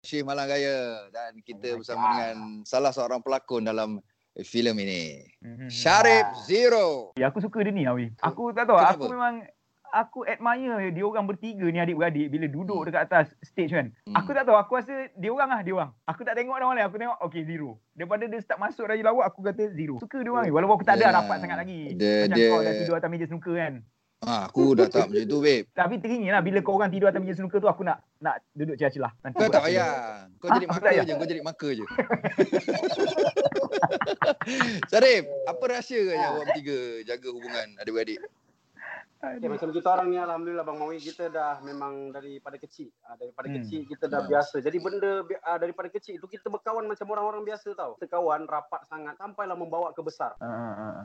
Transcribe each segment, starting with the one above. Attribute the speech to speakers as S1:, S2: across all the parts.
S1: Shim Malang Raya dan kita oh bersama God. dengan salah seorang pelakon dalam eh, filem ini. Mm-hmm. Syarif ah. Zero.
S2: Ya, aku suka dia ni Awi. Aku tak tahu, Kenapa? aku memang aku admire dia orang bertiga ni adik-beradik bila duduk hmm. dekat atas stage kan. Hmm. Aku tak tahu, aku rasa dia orang lah dia orang. Aku tak tengok orang lain, aku tengok okay zero. Daripada dia start masuk dari lawak aku kata zero. Suka dia orang ni walaupun aku tak yeah. ada rapat sangat
S1: Ya.
S2: lagi.
S1: Dia,
S2: Macam
S1: dia...
S2: kau dah tidur atas meja snooker kan.
S1: Ha, aku dah tak macam tu babe.
S2: Tapi teringinlah bila kau orang tidur atas meja snooker tu aku nak nak duduk celah-celah.
S1: Kau tak payah. Kau ha? jadi ha, maka je, kau jadi maka je. Sarif, apa rahsia kau yang awak bertiga jaga hubungan adik-beradik?
S3: Okay, Ya, macam kita orang ni Alhamdulillah Bang Mawi kita dah memang daripada kecil uh, Daripada hmm. kecil kita dah yeah. biasa Jadi benda uh, daripada kecil tu kita berkawan macam orang-orang biasa tau Kita kawan rapat sangat sampailah membawa ke besar
S2: Ah,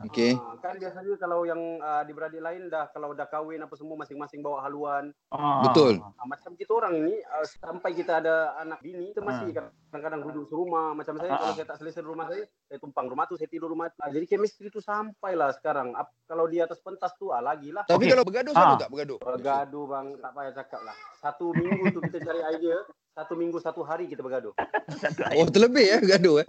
S1: uh, okay.
S3: uh, Kan biasanya kalau yang uh, di beradik lain dah Kalau dah kahwin apa semua masing-masing bawa haluan
S2: ah.
S1: uh, Betul
S3: uh, Macam kita orang ni uh, sampai kita ada anak bini Kita masih uh. kadang-kadang duduk serumah Macam saya uh. kalau saya tak selesa di rumah saya Saya tumpang rumah tu, saya tidur rumah tu uh, Jadi chemistry tu sampailah sekarang uh, Kalau di atas pentas tu uh, lagilah
S1: Tapi okay. kalau bergaduh ha. selalu tak bergaduh?
S3: Bergaduh bang, tak payah cakap lah. Satu minggu tu kita cari idea, satu minggu satu hari kita bergaduh.
S1: oh terlebih eh bergaduh eh.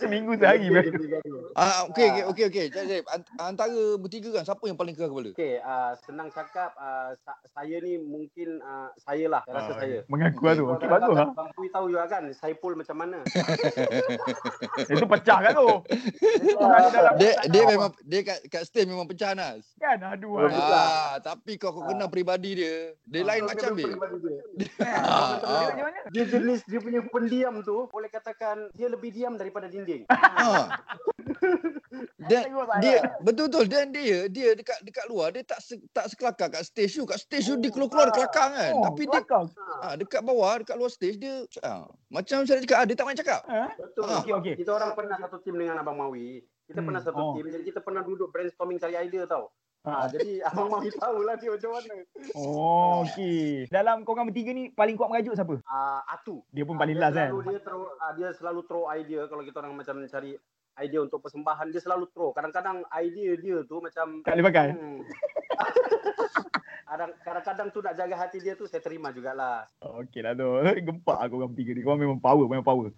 S2: Seminggu sehari
S1: bergaduh. Ah okey okey okey okey. Antara bertiga kan siapa yang paling keras kepala?
S3: Okey, uh, senang cakap uh, sa- saya ni mungkin uh, saya lah, saya
S1: Ah,
S3: rasa uh, saya.
S2: Mengaku lah tu. Okey bagus
S3: lah. Bang Pui tahu juga kan Saipul macam mana.
S2: Itu pecah kan tu.
S1: dia dia memang dia kat kat stage memang pecah Nas.
S2: Kan aduh.
S1: Ah, tapi kau kau kenal peribadi dia. Dia lain macam dia.
S3: Ah, ah. Dia jenis dia punya pendiam tu boleh katakan dia lebih diam daripada dinding.
S1: Ah. dan dia betul betul dan dia dia dekat dekat luar dia tak se, tak sekelakar kat stage tu. Kat stage tu dia keluar-keluar kelakar kan. Oh, Tapi kelakar. dia ah, dekat bawah dekat luar stage dia ah, macam saya cakap ah, dia tak main cakap.
S2: Ha?
S3: Ah? Betul. Ah. Okey okey. Kita orang pernah satu tim dengan Abang Mawi. Kita hmm. pernah satu oh. tim. Jadi kita pernah duduk brainstorming cari idea tau.
S2: Ah.
S3: Ha, jadi abang mau tahu lah dia macam mana.
S2: Oh, okey. Dalam korang bertiga ni paling kuat merajuk siapa?
S3: Ah, uh, Atu.
S2: Dia pun paling last kan.
S3: Dia throw, uh, dia selalu throw idea kalau kita orang macam cari idea untuk persembahan dia selalu throw. Kadang-kadang idea dia tu macam
S2: tak boleh pakai. Hmm.
S3: kadang-kadang tu nak jaga hati dia tu saya terima jugalah.
S2: lah Okeylah tu. Gempak aku orang bertiga ni. Korang memang power, memang power.